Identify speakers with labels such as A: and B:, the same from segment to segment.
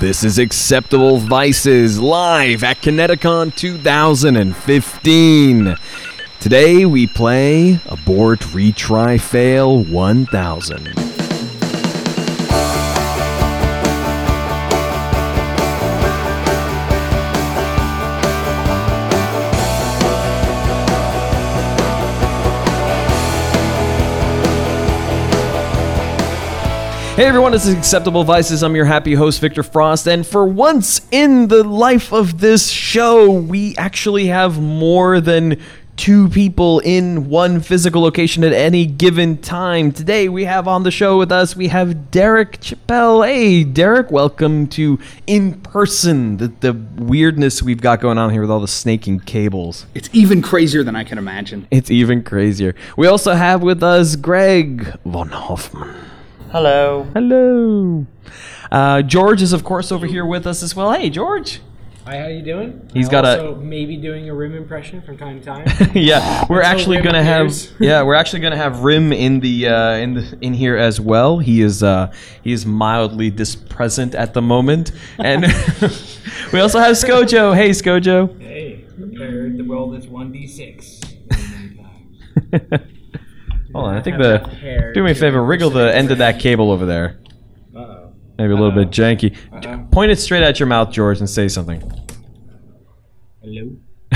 A: This is Acceptable Vices live at Kineticon 2015. Today we play Abort, Retry, Fail 1000. Hey everyone, this is Acceptable Vices. I'm your happy host, Victor Frost, and for once in the life of this show, we actually have more than two people in one physical location at any given time. Today we have on the show with us, we have Derek Chappelle. Hey Derek, welcome to in person the, the weirdness we've got going on here with all the snaking cables.
B: It's even crazier than I can imagine.
A: It's even crazier. We also have with us Greg von Hoffman.
C: Hello.
A: Hello. Uh, George is, of course, over here with us as well. Hey, George.
D: Hi, how you doing?
A: He's
D: I
A: got a-
D: also maybe doing a rim impression from time to time.
A: yeah, we're actually
D: Rim
A: gonna have
D: appears.
A: yeah, we're actually gonna have Rim in the uh, in the, in here as well. He is uh, he is mildly dispresent at the moment, and we also have Skojo. Hey, Skojo.
D: hey, prepared. The world is one d six.
A: Hold on, I think
D: Have
A: the
D: that hair
A: do me a
D: to
A: favor,
D: it.
A: wriggle the end of that cable over there.
D: Uh-oh.
A: Maybe a little bit janky.
D: Uh-oh.
A: Point it straight at your mouth, George, and say something.
D: Hello.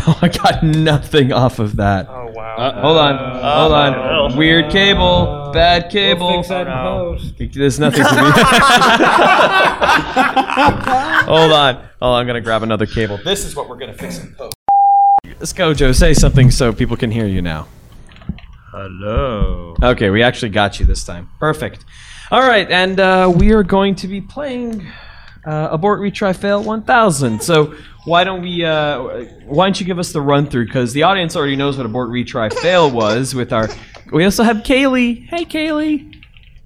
A: Oh, I got nothing off of that.
C: Oh wow.
B: Uh,
A: Hold on, hold on.
C: no.
A: Weird cable, bad cable.
D: Uh, We'll fix that in
C: no.
D: post.
A: There's nothing for me. Hold on. Oh, I'm gonna grab another cable. This is what we're gonna fix and post. Let's go, Joe. Say something so people can hear you now.
C: Hello.
A: Okay, we actually got you this time. Perfect. All right, and uh, we are going to be playing uh, Abort Retry Fail 1000. So why don't we? Uh, why don't you give us the run through? Because the audience already knows what Abort Retry Fail was. With our, we also have Kaylee. Hey, Kaylee.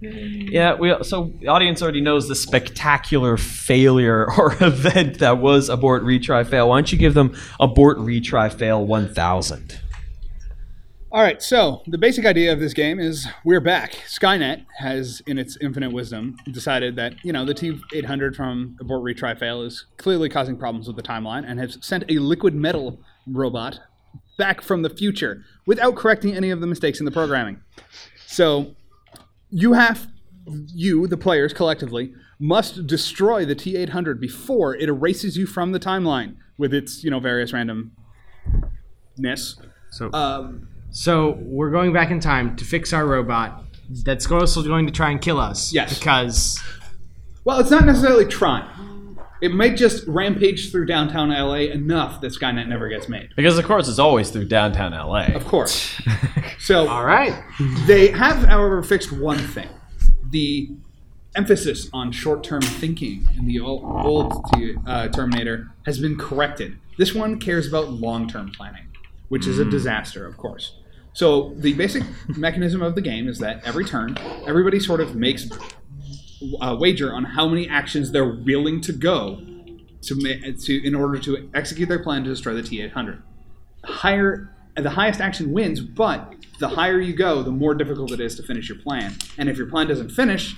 A: Yeah, we, so the audience already knows the spectacular failure or event that was Abort Retry Fail. Why don't you give them Abort Retry Fail 1000?
B: All right, so the basic idea of this game is we're back. Skynet has, in its infinite wisdom, decided that you know the T800 from abort retry fail is clearly causing problems with the timeline, and has sent a liquid metal robot back from the future without correcting any of the mistakes in the programming. So you have you the players collectively must destroy the T800 before it erases you from the timeline with its you know various randomness.
D: So
B: Um,
D: So we're going back in time to fix our robot that's also going to try and kill us.
B: Yes.
D: Because
B: Well, it's not necessarily trying. It might just rampage through downtown LA enough that Skynet never gets made.
A: Because of course it's always through downtown LA.
B: Of course. So
D: all right,
B: they have, however, fixed one thing: the emphasis on short-term thinking in the old, old T- uh, Terminator has been corrected. This one cares about long-term planning, which is a disaster, of course. So the basic mechanism of the game is that every turn, everybody sort of makes a wager on how many actions they're willing to go to, ma- to in order to execute their plan to destroy the T800 higher the highest action wins, but the higher you go, the more difficult it is to finish your plan. And if your plan doesn't finish,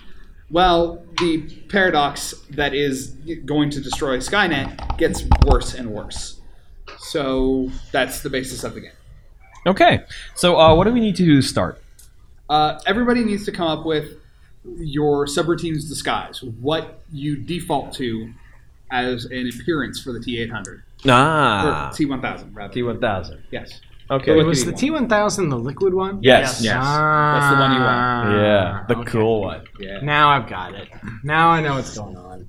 B: well, the paradox that is going to destroy Skynet gets worse and worse. So that's the basis of the game.
A: Okay. So uh, what do we need to do to start?
B: Uh, everybody needs to come up with your subroutine's disguise, what you default to as an appearance for the T800 or
A: Ah.
B: T1000 rather.
A: T1000.
B: yes,
A: Okay.
B: It
D: was the T1000 the liquid one?
A: Yes.
B: Yes.
D: Ah,
B: That's the one you want.
A: yeah, the
D: okay.
A: cool one.
B: yeah.
D: Now I've got it. Now I know what's going on.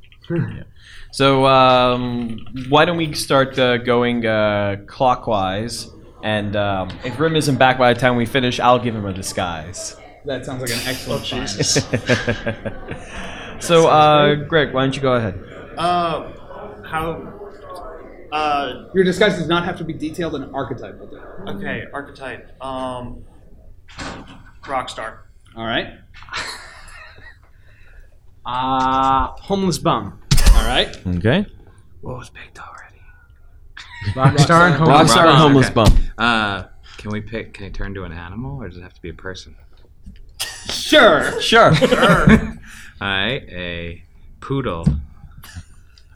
A: So um, why don't we start uh, going uh, clockwise? And um, if Rim isn't back by the time we finish, I'll give him a disguise.
B: That sounds like an excellent. plan.
A: so, uh, Greg, why don't you go ahead?
C: Uh, how? Uh,
B: Your disguise does not have to be detailed and archetypal. though.
C: okay. Archetype. Um, rockstar.
B: All right.
D: Uh, homeless bum.
B: All right.
A: Okay.
E: What was picked already?
D: Rockstar and homeless
A: Rockstar
D: bum.
A: homeless
E: okay.
A: bum.
E: Uh, can we pick? Can it turn to an animal, or does it have to be a person?
B: Sure.
A: Sure.
E: I a poodle.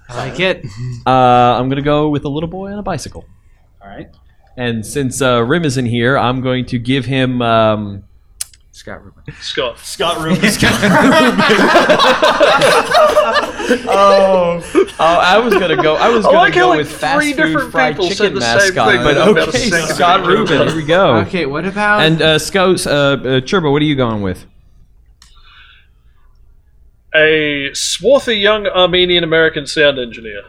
D: I like it.
A: Uh, I'm gonna go with a little boy on a bicycle.
B: All right.
A: And since uh, Rim isn't here, I'm going to give him. Um,
E: Scott Rubin.
C: Scott. Scott Rubin.
A: oh, I was gonna go. Oh, I was
F: I
A: gonna
F: like how,
A: go
F: like,
A: with fast
F: three
A: food
F: different
A: fried
F: people
A: chicken
F: said the same
A: mascot.
F: thing, but about
A: okay,
F: the same
A: Scott
F: thing.
A: Rubin. Here we go.
D: Okay, what about
A: And uh, Scouts, uh, uh, Chirbo, what are you going with?
F: a swarthy young Armenian American sound engineer.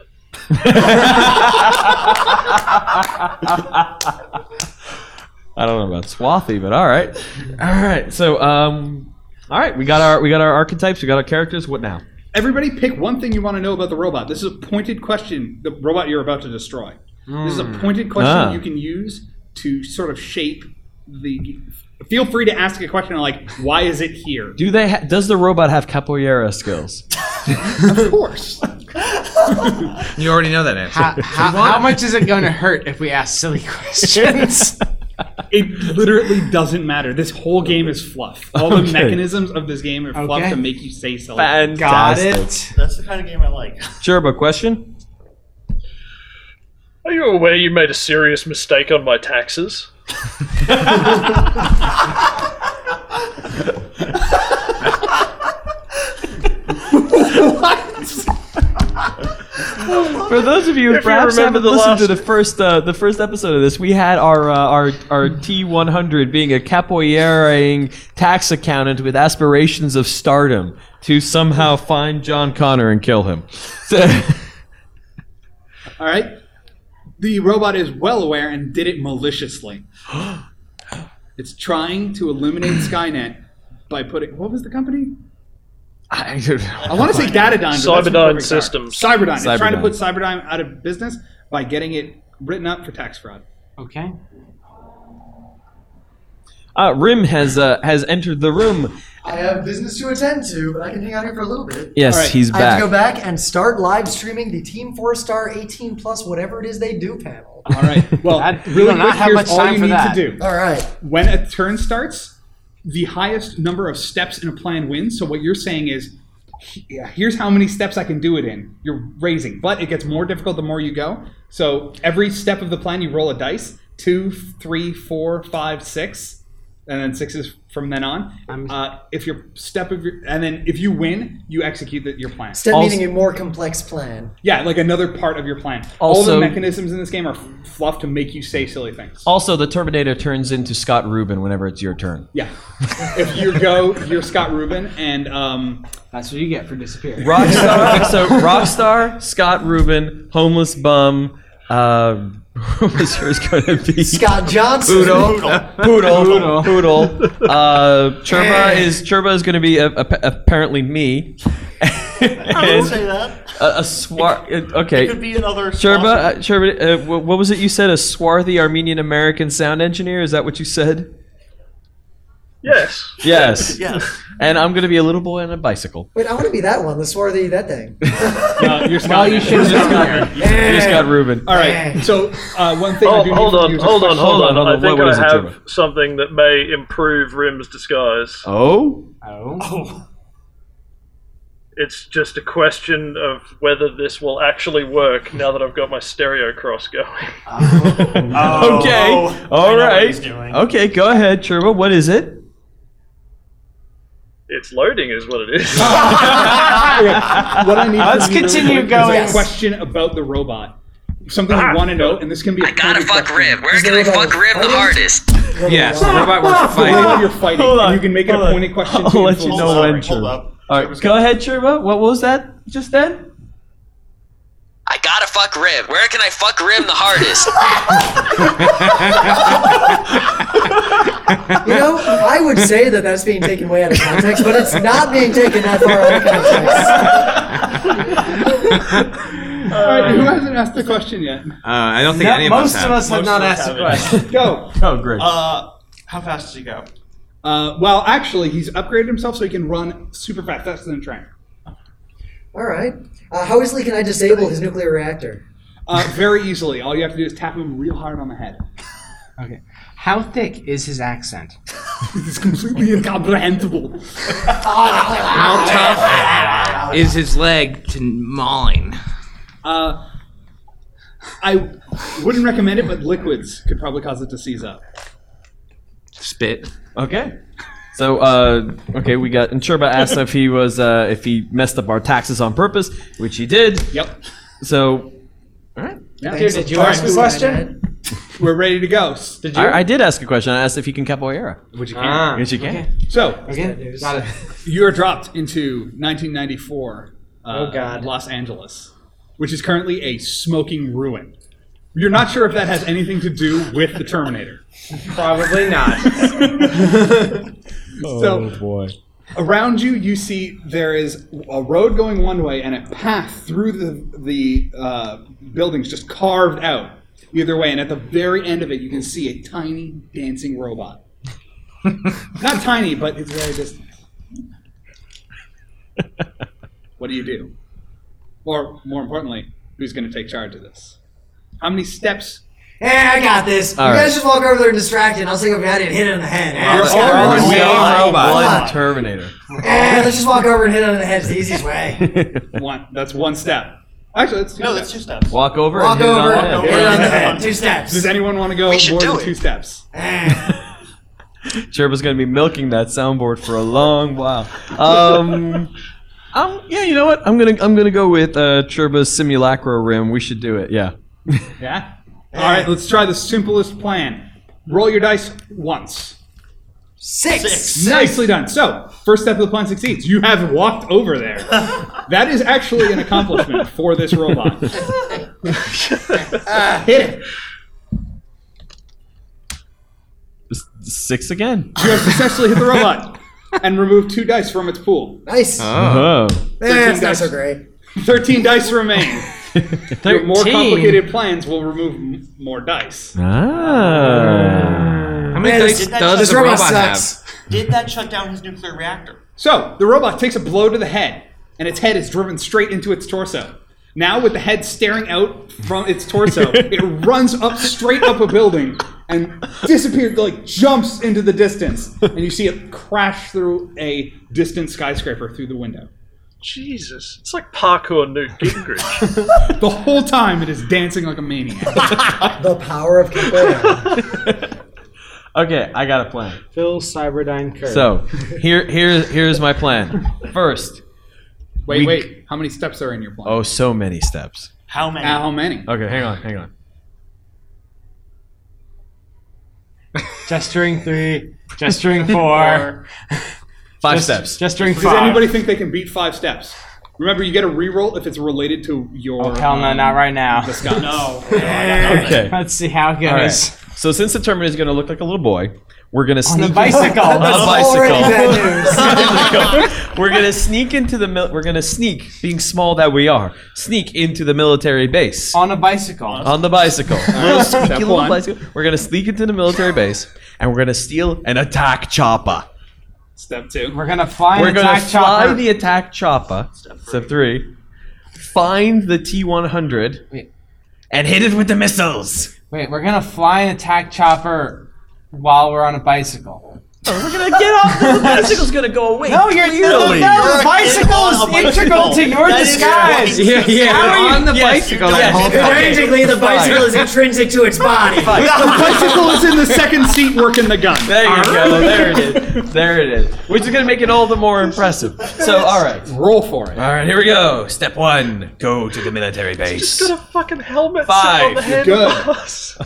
A: I don't know about swathy, but all right, all right. So, um, all right, we got our we got our archetypes, we got our characters. What now?
B: Everybody pick one thing you want to know about the robot. This is a pointed question, the robot you're about to destroy. This is a pointed question
A: Ah.
B: you can use to sort of shape the. Feel free to ask a question like, why is it here?
A: Do they? Ha- does the robot have capoeira skills?
B: of course.
E: You already know that answer.
D: how, how, how much is it going to hurt if we ask silly questions?
B: It literally doesn't matter. This whole game is fluff. All the
A: Okay.
B: mechanisms of this game are fluff
D: Okay.
B: to make you say so.
D: Got
A: Fantastic.
D: it.
C: That's the kind of game I like.
A: Chirbo, question.
F: Are you aware you made a serious mistake on my taxes?
A: For those of you who
F: If you
A: perhaps
F: remember
A: haven't
F: the
A: listened to
F: last-
A: the first uh, the first episode of this, we had our uh, our our T100 being a capoeiraing tax accountant with aspirations of stardom to somehow find John Connor and kill him. So,
B: All right. The robot is well aware and did it maliciously. it's trying to eliminate Skynet by putting. What was the company?
A: I,
B: I want to say Datadyne. but that's what
F: Cyberdyne
B: perfect are.
F: Systems.
B: Cyberdyne. It's trying to
A: Cyberdyne.
B: put Cyberdyne out of business by getting it written up for tax fraud.
D: Okay.
A: uh, Rim has uh, has entered the room.
G: I have business to attend to, but I can hang out here for a little bit.
A: Yes,
B: All right,
A: he's
G: I have to go
A: back.
G: back and start live streaming the Team Four Star 18 plus whatever it is they do panel.
B: All right. Well,
D: That- we
B: really
D: do not
B: quick,
D: have
B: here's
D: much
B: all
D: time
B: you
D: for
B: need
D: that.
B: to do.
G: All right.
B: When a turn starts, the highest number of steps in a plan wins. So what you're saying is, he- here's how many steps I can do it in. You're raising, but it gets more difficult the more you go. So every step of the plan, you roll a dice: two, three, four, five, six, and then sixes from then on.
D: I'm-
B: Uh, if your step of your, and then if you win, you execute the, your plan.
G: Instead of
A: Also-
G: meaning a more complex plan.
B: Yeah, like another part of your plan. All
A: Also-
B: the mechanisms in this game are f- fluff to make you say silly things.
A: Also, the Terminator turns into Scott Rubin whenever it's your turn.
B: yeah. if you go, you're Scott Rubin, and um,
D: That's what you get for disappearing.
A: Rockstar. so Rockstar, Scott Rubin, homeless bum. Uh, what was yours going to be?
G: Scott Johnson.
A: Poodle. Poodle. Poodle. Uh, Chirba is Chirba is going to be a, a, apparently me.
C: I will
A: and
C: say that.
A: a, a swar. Okay.
C: Could be another.
A: Chirba, uh,
C: Slosher.
A: Chirba uh, wh- what was it you said? A swarthy Armenian American sound engineer? Is that what you said?
F: Yes.
A: Yes.
C: Yes.
A: And I'm going to be a little boy on a bicycle.
G: Wait, I want to be that one, the swarthy that thing.
B: uh, you're Scott.
D: you should-
A: You just got Ruben.
B: All right. So uh, one thing I
F: Oh,
B: do need
F: hold
B: from
F: on,
B: you is a
F: hold on,
B: question.
A: Hold
F: hold
A: on,
F: on. I
A: hold on.
F: think
A: What- what
F: I
A: is it,
F: have something that may improve Rim's disguise.
A: Oh?
D: Oh.
F: It's just a question of whether this will actually work now that I've got my stereo cross going.
C: Oh,
A: Okay.
C: oh, I
A: All
C: know what
A: right.
C: he's doing.
A: Okay, go ahead, Chirba. What is it?
F: It's loading, is what it is.
B: What I need
D: Let's
B: from you really
D: continue
B: quick is a
D: going.
B: question about the robot. Something
F: Ah.
B: you want to know, and this can be. I
H: Gotta fuck Rib. Where can I
G: Is there
H: fuck
G: a-
H: Rib the hardest?
A: Yes, the robot was
B: If you're fighting,
A: Hold
B: and
A: on,
B: you can make it
A: hold
B: a
A: on.
B: pointed question.
A: I'll
B: to
A: let you
B: influence
A: know
B: the
A: when,
B: story.
A: Chirba.
C: Hold up.
A: All right, go ahead, Chirba. What was that just then?
H: I gotta fuck Rib. Where can I fuck Rib the hardest?
G: You know, I would say that that's being taken way out of context, but it's not being taken that far out of context.
B: All right. Who hasn't asked the question yet?
E: Uh, I don't think any of us
D: Uh, most
E: have.
D: of us have
C: Most
D: not
C: of us
D: asked a
C: haven't.
D: question.
B: Go.
A: Oh, great.
C: Uh, how fast does he go?
B: Uh, well, actually, he's upgraded himself so he can run super fast, faster than a train.
G: All right. Uh, how easily can I disable his nuclear reactor?
B: Uh, very easily. All you have to do is tap him real hard on the head.
D: Okay. How thick is his accent?
B: It's completely incomprehensible.
E: How tough is his leg to mauling?
B: Uh, I wouldn't recommend it, but liquids could probably cause it to seize up.
E: Spit.
A: Okay. So uh, okay, we got. And Sherba asked if he was uh, if he messed up our taxes on purpose, which he did.
B: Yep.
A: So, all right.
B: Yeah.
G: Thanks,
I: did you
G: Clark
I: ask a
G: Moon,
I: question?
G: I bet.
B: We're ready to go. Did
A: I, I did ask a question. I asked if you can capoeira.
B: Which you can.
D: Ah,
A: Yes, you can.
B: So
I: Okay.
D: got it.
B: you are dropped into 1994. Uh,
I: Oh, God.
B: Los Angeles, which is currently a smoking ruin. You're not sure if that has anything to do with the Terminator.
D: Probably not.
B: so
J: boy.
B: around you you see there is a road going one way and a path through the the uh, buildings just carved out either way and at the very end of it you can see a tiny dancing robot not tiny but it's very distant what do you do or more importantly who's going to take charge of this how many steps
G: Hey, I got this.
A: All
G: you
A: right.
G: guys just walk over there and distract it. and I'll take a behind and hit it in the head. Eh,
A: You're
G: let's
A: all
G: go.
A: on
G: Let's
A: one
G: go.
A: One Terminator.
G: Eh, let's just walk over and hit it in the head. It's the easiest way.
B: one that's one step actually that's two
C: No,
B: steps
C: that's two steps.
A: Walk over.
G: Walk
A: and hit it on
G: over,
A: the
G: hit
A: head.
G: it on the head. Two steps.
B: does anyone want to go
H: We should
B: more
H: do
B: than
H: it.
B: two steps
G: Eh.
A: Sherba's gonna be milking that soundboard for a long while. Um, um, yeah, you know what? I'm gonna I'm gonna go with uh, Sherba's simulacra rim. We should do it. Yeah.
B: Yeah. All right, let's try the simplest plan. Roll your dice once.
G: Six.
B: Nicely done. So, first step of the plan succeeds. You have walked over there. that is actually an accomplishment for this robot. Uh, Hit it.
A: S- Six again.
B: You have successfully hit the robot and removed two dice from its pool.
G: Nice.
A: Oh.
G: Eh, it's not
B: dice.
G: so great.
B: 13 dice remain. Your more
D: 13?
B: complicated plans will remove m- more dice.
A: ah.
E: How many
G: Man,
E: dice
G: this-
E: does
G: this
E: the
G: robot
E: robot
G: sucks.
E: have?
C: Did that shut down his nuclear reactor?
B: So, the robot takes a blow to the head, and its head is driven straight into its torso. Now, with the head staring out from its torso, it runs up straight up a building and disappears, like jumps into the distance. And you see it crash through a distant skyscraper through the window.
F: Jesus, it's like parkour Newt Gingrich.
B: The whole time, it is dancing like a maniac.
G: The power of capoeira.
A: Okay, I got a plan.
D: Phil Cyberdyne Kerr.
A: So here here here's my plan. First.
B: Wait,
A: We-
B: wait. How many steps are in your plan? Uh,
A: Oh, so many steps.
C: How many?
B: How many?
D: Oh,
A: Okay, hang on, hang on.
D: gesturing three, gesturing four,
A: Five
D: gest-
A: steps.
D: gesturing
B: Does
D: five.
B: anybody think they can beat five steps? Remember, you get a reroll if it's related to your.
D: Oh, hell no,
B: um,
D: not right now.
B: disguise.
C: No. no, I got nothing.
A: Okay.
D: Let's see how it
A: All right.
D: goes.
A: So since the Terminator is going to look like a little boy, we're going to
D: On
A: sneak
D: the
A: in-
D: bicycle.
A: on a
G: Already
A: bicycle.
G: bad news.
A: we're going to sneak into the mil- we're going to sneak, being small that we are, sneak into the military base
D: on a bicycle.
A: on the bicycle. Little sneaky
B: Step
A: little
B: one.
A: bicycle. We're going to sneak into the military base and we're going to steal an attack chopper.
B: Step two.
D: We're gonna fly
A: We're
D: an
A: going to
D: attack
A: fly
D: chopper.
A: the attack chopper. Step three. Find the T100
D: Wait.
A: and hit it with the missiles.
D: Wait, we're gonna fly an attack chopper while we're on a bicycle.
A: We're gonna get off. The bicycle's gonna go away.
D: No, you're no,
A: Clearly.
D: no. The
C: You're
D: bicycle
C: on a
D: is integral to
C: bicycle.
D: your
C: That is
D: disguise.
C: right.
D: Yeah, yeah.
A: How are you-
D: on the
A: Yes,
D: bicycle.
A: yes.
D: that whole time.
G: Intrinsically, the bicycle is intrinsic to its body.
B: The bicycle is in the second seat working the gun.
A: There you go. There it is. There it is. Which is gonna make it all the more impressive. So, all right.
B: Roll for it.
A: All right. Here we go. Step one: go to the military base.
F: Got a fucking helmet set on
A: Five.
F: the head.
B: Good.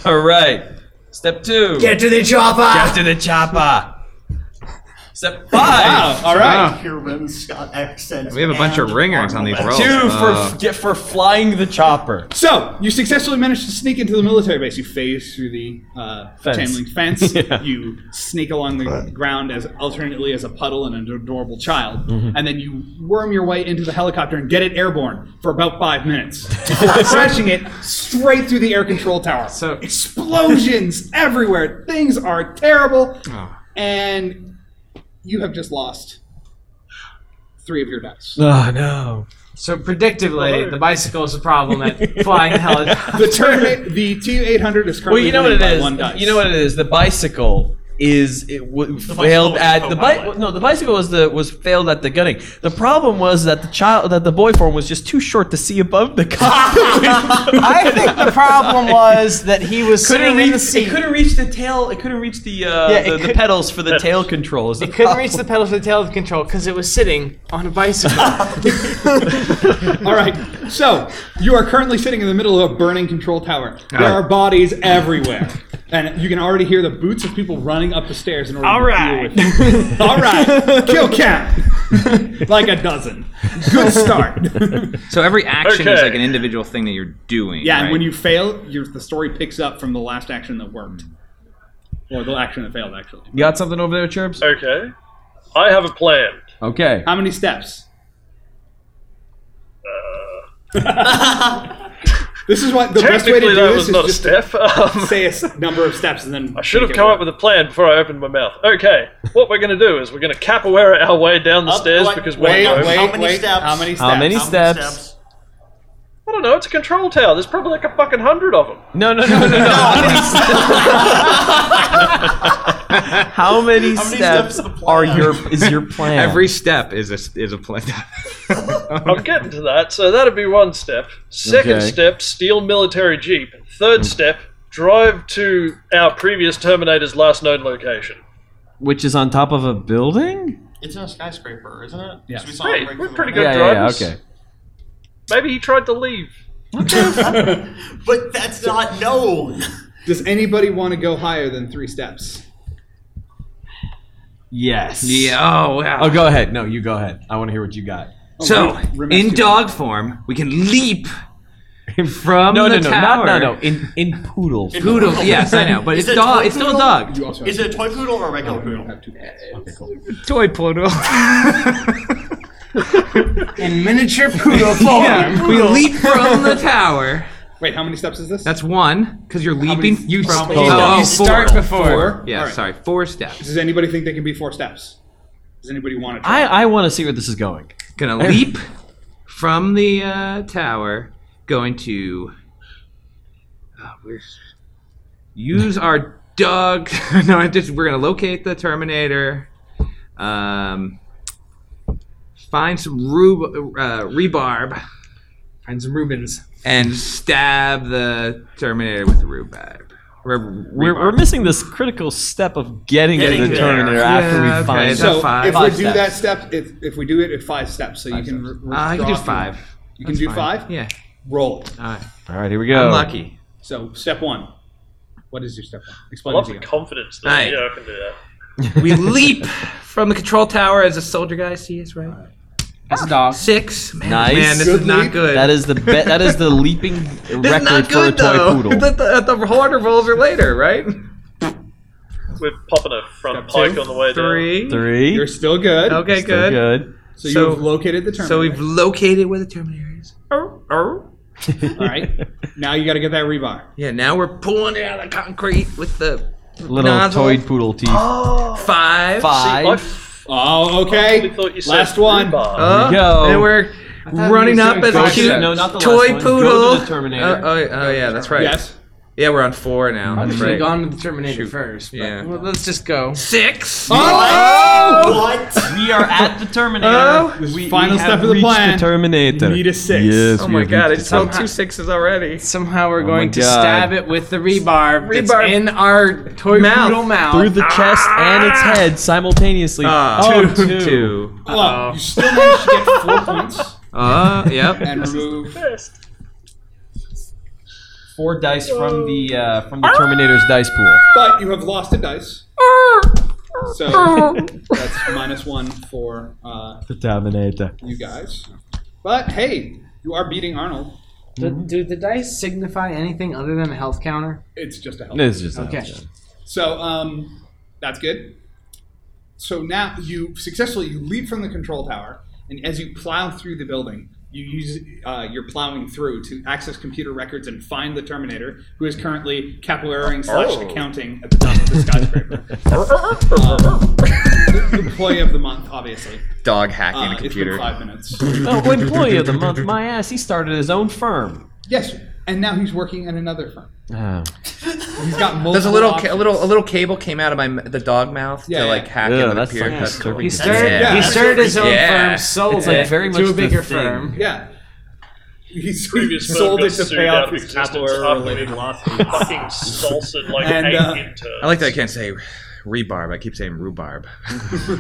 A: All right. Step two:
G: Get to the
A: Get
G: chopper.
A: to the chopper. Step five.
B: Wow. All right.
C: Human Scott accents.
E: We have a bunch of
C: and
E: ringers on these
C: armor.
E: rolls.
A: Two
B: Oh,
E: Uh,
A: for get for flying the chopper.
B: So you successfully managed to sneak into the military base. You phase through the uh,
A: Fence.
B: chain link fence.
A: Yeah.
B: You sneak along the ground as alternately as a puddle and an adorable child,
A: Mm-hmm.
B: and then you worm your way into the helicopter and get it airborne for about five minutes before crashing it straight through the air control tower.
D: So-
B: explosions everywhere. Things are terrible,
A: Oh.
B: and you have just lost three of your dice.
A: Oh no.
D: So predictively, the bicycle is a problem at flying a helicopter.
B: The Terminator, the T eight hundred is currently
A: Well, you know what
B: winning
A: it
B: by
A: is.
B: one dice.
A: You know what it is. The bicycle is it w-
C: bicycle
A: failed
C: was
A: at
C: the
A: the
C: co-pilot.
A: bike. No, the bicycle was the was failed at the gunning. The problem was that the child that the boy form was just too short to see above the cop.
D: I think the problem was that he was
A: couldn't
D: sitting in
A: reach.
D: the seat.
A: It couldn't reach the tail. It couldn't reach the uh,
D: Yeah, it
A: the, the
D: could-
A: pedals for the tail controls.
D: It couldn't reach the pedal to the tail of the control because it was sitting on a bicycle.
B: All right. So you are currently sitting in the middle of a burning control tower. There are bodies everywhere, and you can already hear the boots of people running up the stairs in order to deal with it. All right. Kill count. like a dozen. Good start.
E: So every action is
F: Okay.
E: like an individual thing that you're doing.
B: yeah.
E: right?
B: And when you fail, your, the story picks up from the last action that worked, or the action that failed. Actually,
A: You got something over there, Chirps? Uh,
F: Okay. I have a plan.
A: Okay.
B: how many steps? this is what the best way to
F: Technically,
B: do
F: that
B: this
F: was
B: is
F: not a
B: just
F: step. Um,
B: say a s- number of steps and then
F: I should have come up with a plan before I opened my mouth. Okay, what we're going to do is we're going to capoeira our way down the
C: Up,
F: stairs
C: like,
F: because
B: Wait,
F: wait,
C: How
F: no,
B: wait,
C: many
B: wait,
C: steps?
B: How many steps?
A: How many
C: How
A: steps?
C: many steps?
F: I don't know. It's a control tower. There's probably like a fucking hundred of them.
A: No, no, no, no, no. How many
C: many
A: steps
C: steps is the plan?
A: are your is your plan?
E: every step is a is a plan.
F: I'm getting to that. So that'd be one step. Second
A: Okay.
F: step, steal military jeep.
B: Hmm.
F: Third step, drive to our previous Terminator's last known location.
A: which is on top of a building?
C: It's in a skyscraper, isn't it?
B: Yeah.
C: So we saw it
F: Hey,
C: break
F: we're
C: through
F: pretty
C: the
F: good
A: Yeah, yeah, yeah,
F: drivers.
A: okay.
F: Maybe he tried to leave.
C: window. But that's not known.
B: Does anybody want to go higher than three steps?
A: Yes.
E: yeah. Oh wow.
A: Oh, go ahead. No, you go ahead. I want to hear what you got.
E: So
B: Rem- Remus
E: in
B: Jr.
E: dog form, we can leap from
A: No, no,
E: the
A: no,
E: tower.
A: not no, no. In in poodle.
E: Poodle. Yes, I know, but
C: Is
E: it's
C: it
E: dog.
C: toy
E: It's still a
C: poodle?
E: dog.
B: You also
C: Is it a toy poodle or a regular poodle?
B: have two
E: Toy poodle.
D: in miniature poodle form.
E: Yeah, we leap from the tower.
B: Wait, how many steps is this?
E: That's one because you're leaping.
B: many-
E: you
C: how
E: start.
C: many steps?
E: Oh,
C: You
E: oh,
D: Start
E: four.
D: before.
B: four.
E: Yeah,
B: All right.
E: sorry, four steps.
B: Does anybody think they can be four steps? Does anybody want to try?
A: I I want to see where this is going.
E: Gonna leap from the uh, tower, going to oh, where's- use our dog. no, I just we're gonna locate the Terminator. Um, find some rub- uh, rebarb
D: Find some Rubens.
E: and stab the Terminator with the rhubarb. Re-
A: We're, we're
E: rebarb.
A: missing this critical step of getting, to
C: Getting
A: the
C: there.
A: Terminator after
E: Yeah,
A: we
E: okay,
A: find
E: that's
B: so
A: it.
E: five.
B: if
A: Five
B: we do that step, if, if we do it at five steps, so you can. re-
E: Uh, I can do
B: withdraw from-
E: five.
B: You can do five.
E: Yeah.
B: Roll.
E: All right.
A: All right, here we go.
E: I'm lucky.
B: So step one. What is your step one?
F: I
B: Explain it
F: love
B: to you.
F: the confidence. That,
E: Aye.
F: Yeah, I can do that.
E: We leap from the control tower as a soldier guy sees, right?
D: That's a dog.
E: Six. Man,
A: Nice.
E: Man, this
B: Good
E: is not
B: leap.
E: good.
A: That is the be- that is the leaping
E: This is
A: record
E: not
A: for a
E: good,
A: toy
E: though.
A: poodle.
E: the, the, the harder rolls are later, right?
F: We're popping a
B: Step
F: front pike
B: two,
F: on the way
E: Three.
A: Three.
B: You're still good.
E: Okay,
A: Still
E: good.
A: good.
B: So
E: So-
B: you've located the terminal.
E: So we've located where the Terminator is. Oh, oh.
B: All right. Now you got to get that rebar.
E: Yeah, now we're pulling it out of the concrete with the
A: Little
E: Nozzle.
A: toy poodle teeth.
E: five.
F: down. I
A: Five.
F: f-
B: Oh, okay.
F: fully thought you said
B: Last one.
F: rhubarb.
E: Up,
A: go.
E: And we're running
D: was
E: up
D: doing
E: as a
D: five
E: cute
D: steps. No,
A: not the last
E: toy
A: one. Go to
E: poodle.
A: the Terminator.
E: Uh, oh, oh, yeah, that's right.
B: Yes.
E: Yeah, we're on four now.
D: I
E: That's
D: should have
E: right.
D: gone to the Terminator first. But
E: Yeah.
D: well, let's just go.
E: Six.
B: Oh!
C: What?
A: We are at the Terminator.
E: Oh.
A: we, we
B: Final
A: have
B: step of the
A: reached
B: plan.
A: Terminator.
B: Need a six.
A: Yes,
E: Oh
A: we
E: my
A: have
E: god, I
A: reached
E: just
A: the
E: rolled
A: Terminator.
E: two sixes already.
D: Somehow we're
A: Oh my
D: going to
A: God.
D: stab it with the rebarb, that's
E: Rebarb.
D: in our toy
E: Mouth.
D: poodle mouth.
A: Through the chest
E: Ah!
A: and its head simultaneously. oh, two.
B: Well, you still managed to get four points
E: Uh, yep.
B: and remove
F: Best.
A: Four dice from the uh, from
E: Ah!
A: the Terminator's dice pool.
B: But you have lost a dice. So that's minus one for uh,
A: The Terminator.
B: you guys. But hey, you are beating Arnold.
D: Do, do the dice signify anything other than a health counter?
B: It's just a help.
A: This is just
D: Okay.
B: So um, that's good. So now you successfully you leap from the control tower, and as you plow through the building, you use uh, your plowing through to access computer records and find the Terminator, who is currently capoeiring slash
E: Oh.
B: accounting at the top of the skyscraper. Um, the employee of the month, obviously.
E: Dog hacking
B: Uh,
E: a
B: it's been
E: computer.
B: five minutes.
A: Oh, employee of the month. My ass. He started his own firm.
B: yes, and now he's working at another firm.
A: Oh.
B: He's got multiple.
E: There's a little, ca- a
B: options.
E: little, a little cable came out of my m- the dog mouth
B: Yeah,
E: to
B: yeah.
E: like hack
A: Yeah,
E: him and
A: that's
E: appear.
A: like
E: That's
A: disturbing.
E: cool.
D: He started,
B: Yeah.
D: he started his own
E: Yeah.
D: firm, sold
A: It's like
D: it
A: very
D: to
A: much the
D: a bigger
A: thing.
D: firm.
B: Yeah.
I: He's
F: Previous firm
I: sold
F: got
I: it to
F: sued
I: pay
F: out
I: off
F: of
I: his
F: existence
I: Tupperware-related lawsuit.
F: Fucking salted like
B: And,
F: eight
B: uh,
F: interns.
E: I like that I can't say rebarb. I keep saying rhubarb.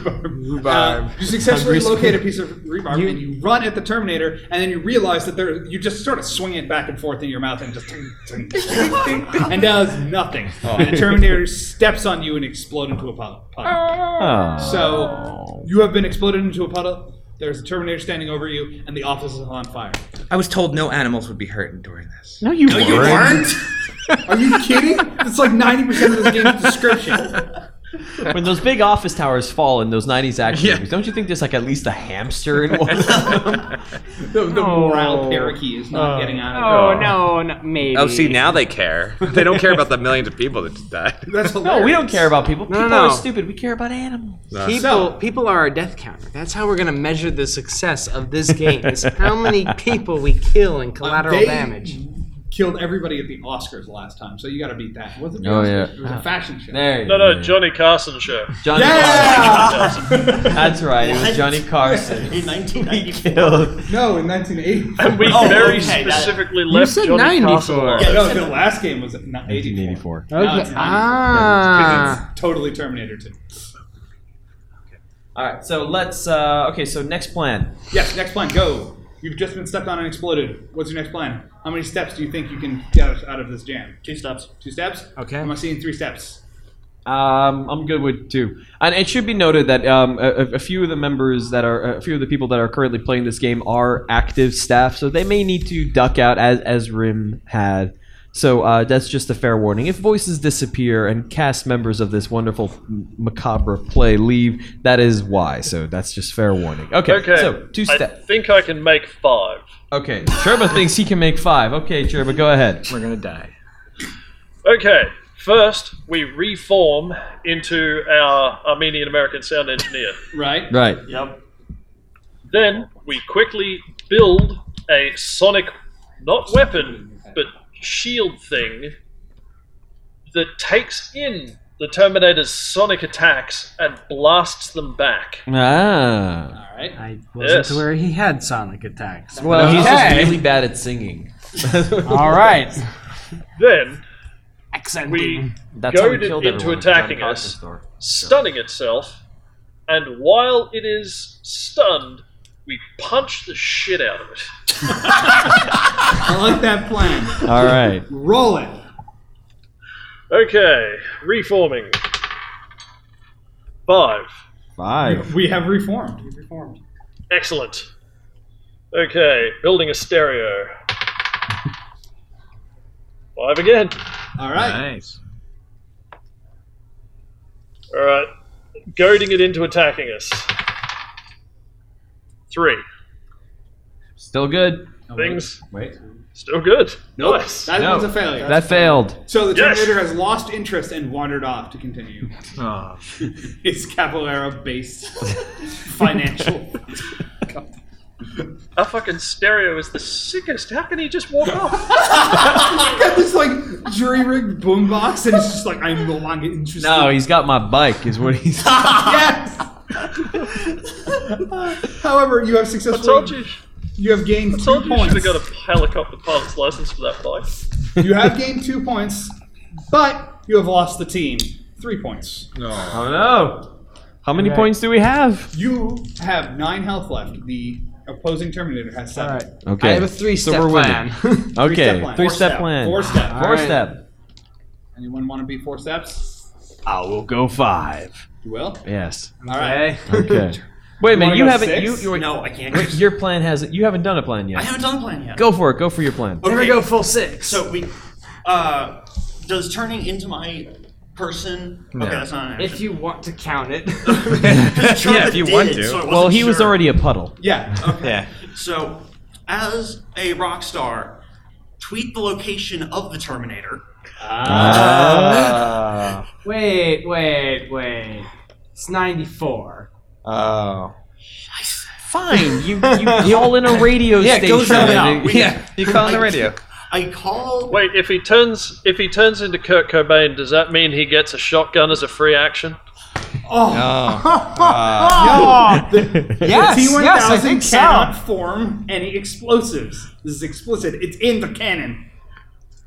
B: Uh, you successfully
D: Hungry
B: locate a piece of rebar and you run at the Terminator, and then you realize that there you just sort of swing it back and forth in your mouth and just ting, ting, ting, ting, and does nothing. And the Terminator steps on you and explodes into a puddle. puddle.
A: Oh.
B: So you have been exploded into a puddle. There's a Terminator standing over you, and the office is on fire.
E: I was told no animals would be hurt during this.
A: No, you weren't.
B: Are you kidding? It's like ninety percent of this game's description.
A: When those big office towers fall in those 90s action
E: Yeah.
A: movies, don't you think there's like at least a hamster in one of them?
B: The, the morale parakeet is not getting out of
D: Oh, no, no, maybe.
E: Oh, see, now they care. They don't care about the millions of people that just died.
B: there. That's
A: No,
B: hilarious.
A: we don't care about people. People
D: no.
A: are stupid. We care about animals.
D: People,
B: So-
D: people are our death counter. That's how we're going to measure the success of this game. Is how many people we kill in collateral
B: They
D: damage.
B: Killed everybody at the Oscars last time, so you got to beat that. Was it the
A: Oh,
B: Oscars?
A: yeah.
B: It was a fashion show.
A: There you
F: No,
A: go.
F: no, Johnny Carson show.
A: Johnny
B: Yeah!
A: Carson. That's right. It was Johnny Carson.
C: In 1994.
A: Killed.
B: No, in 1980.
F: And we
C: Oh,
F: very
C: okay, that-
F: specifically left
D: said
F: Johnny
D: 94.
F: Carson alone.
B: Yeah, no, the last game was
A: 1984.
B: 1984. Now it's 94.
D: Ah.
B: It's totally Terminator 2.
A: All right, so let's. Uh, okay, so next plan.
B: Yes, next plan, go. You've just been stepped on and exploded. What's your next plan? How many steps do you think you can get us out of this jam? Two steps. Two steps?
D: Okay.
B: I'm seeing three steps.
A: Um, I'm good with two. And it should be noted that um, a, a- a few of the members that are, a few of the people that are currently playing this game are active staff, so they may need to duck out as as Rim had. So uh, that's just a fair warning. If voices disappear and cast members of this wonderful m- macabre play leave, that is why. So that's just fair warning. Okay.
F: Okay.
A: So two
F: I
A: steps.
F: think I can make five.
A: Okay. Cherba thinks he can make five. Okay, Cherba, go ahead.
D: We're going to die.
F: Okay, first we reform into our Armenian American sound engineer.
B: Right?
A: Right.
I: Yep.
F: Then we quickly build a sonic, not weapon, but shield thing that takes in the Terminator's sonic attacks and blasts them back.
A: Ah.
B: All right.
D: I wasn't
F: Yes.
D: aware he had sonic attacks.
A: Well, he's just
D: Okay.
A: really bad at singing.
D: All right.
F: Then,
D: Accenting.
F: We-
A: That's how we
F: goaded
A: killed
F: into
A: everyone,
F: attacking
A: Johnny
F: us.
A: Carson's door.
F: stunning itself, and while it is stunned, we punch the shit out of it.
B: I like that plan.
A: All right.
B: Roll it.
F: Okay, reforming. Five.
A: Five.
B: We have reformed. We've reformed.
F: Excellent. Okay, building a stereo. Five again.
B: All right.
E: Nice.
F: Alright. Goading it into attacking us. Three.
A: Still good.
F: Things
A: Oh, Wait.
F: still good.
B: Nope.
F: Nice.
B: That
A: No.
B: one's a failure.
A: That failed.
B: So the
F: Yes.
B: Terminator has lost interest and wandered off to continue
F: Ah.
B: his Capoeira based financial.
F: Our fucking stereo is the sickest. How can he just walk off?
B: got this like jury rigged boombox and it's just like, I'm no longer interested.
A: No, he's got my bike, is what he's.
B: yes! However, you have
F: I told
B: successfully.
F: you.
B: You. have gained
F: I
B: two
F: told you, you
B: points.
F: should have got a helicopter pilot's license for that bike.
B: you have gained two points, but you have lost the team. Three points.
A: oh no! How many points do we have?
B: You have nine health left. The opposing Terminator has seven.
A: Okay.
D: I have a three-step
A: So we're winning.
D: plan.
A: Okay. Three
B: Four
A: step plan.
B: Four step.
A: Four
D: All right.
A: step.
B: Anyone want to be four steps?
A: I will go five.
B: You will.
A: Yes.
B: All right.
A: Okay. Wait a minute.
B: wanna
A: You
B: go
A: haven't.
B: six?
A: You, you
C: No, I can't.
A: wait, your plan hasn't. You haven't done a plan
C: I
A: yet.
C: haven't done the plan yet.
A: Go for it. Go for your plan.
C: Okay,
D: Here we go, full six.
C: So we, uh, does turning into my person? Okay, that's not an action.
D: if you want to count it.
C: yeah,
E: if you want to.
A: Well, he was already a puddle.
B: Yeah. Okay.
E: Yeah.
C: So, as a rock star, tweet the location of the Terminator.
A: Uh,
D: wait, wait, wait. It's 94.
E: Oh.
A: Fine. You you call in a radio
E: Yeah,
A: station.
E: go zone
A: and
E: out.
A: you-
E: Yeah, you call on the radio.
C: I call.
F: Wait, if he turns if he turns into Kurt Cobain, does that mean he gets a shotgun as a free action?
B: Yes,
I: T1000
B: yes, I think so.
I: cannot form any explosives. This is explicit. It's in the canon.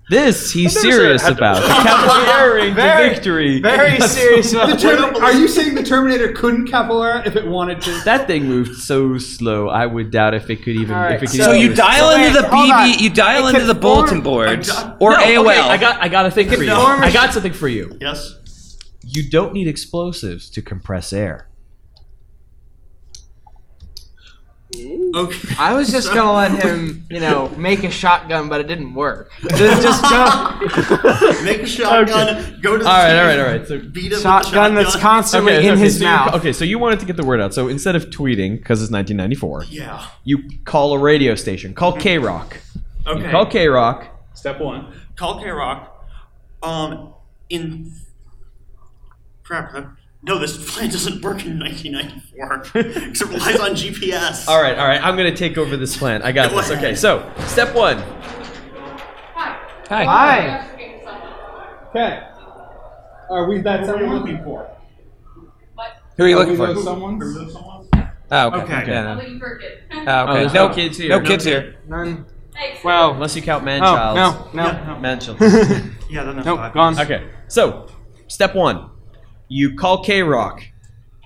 A: This he's
F: never said it
A: serious
F: had to-
A: about. Cavaliering to victory.
D: Very serious about
B: The Termin- are you saying the Terminator couldn't capoeira if it wanted to?
A: That thing moved so slow. I would doubt if it could even.
D: right,
A: if it could
D: so
A: even
D: you
A: move.
E: dial into the
I: hold
E: BB.
I: on.
E: You dial
I: It
E: into
I: can
E: the bulletin
I: form-
E: boards
C: I-
E: or
A: No, okay,
E: AOL.
A: I got. I got a thing for you. I got something for you.
C: Yes.
A: You don't need explosives to compress air.
C: Okay.
D: I was just gonna let him, you know, make a shotgun, but it didn't work. Just, just go
C: Make a shotgun. Go to the
A: All right, all right,
C: TV,
A: all right. So
C: Beat him
D: shotgun
C: with a
D: that's constantly in his
A: so you-
D: mouth.
A: okay, so you wanted to get the word out. So instead of tweeting, because it's 1994,
C: Yeah.
A: you call a radio station. Call K Rock.
C: Okay.
A: Call K Rock.
I: Step one.
C: Call K Rock. Um, in crap. that- No, this plan doesn't work in 1994. 'cause it relies on GPS.
A: All right, all right. I'm gonna take over this plan. I got this. Okay, so step one.
D: Hi.
B: Okay. Are we that someone looking for?
E: Who are you
B: Are
E: looking
B: we
E: for?
B: those someone?
E: Oh, okay.
C: Okay.
E: Yeah, no.
J: Looking for a kid.
E: Oh,
A: Oh,
E: okay.
A: there's
E: no,
A: no kids here.
E: No
A: No
E: kids here.
D: None.
J: Thanks.
D: Well,
A: Unless you count
D: oh,
A: manchild.
D: no, no,
A: Manchild.
C: Yeah, then that's
D: no,
C: fine.
D: gone.
A: okay, so step one. You call K Rock,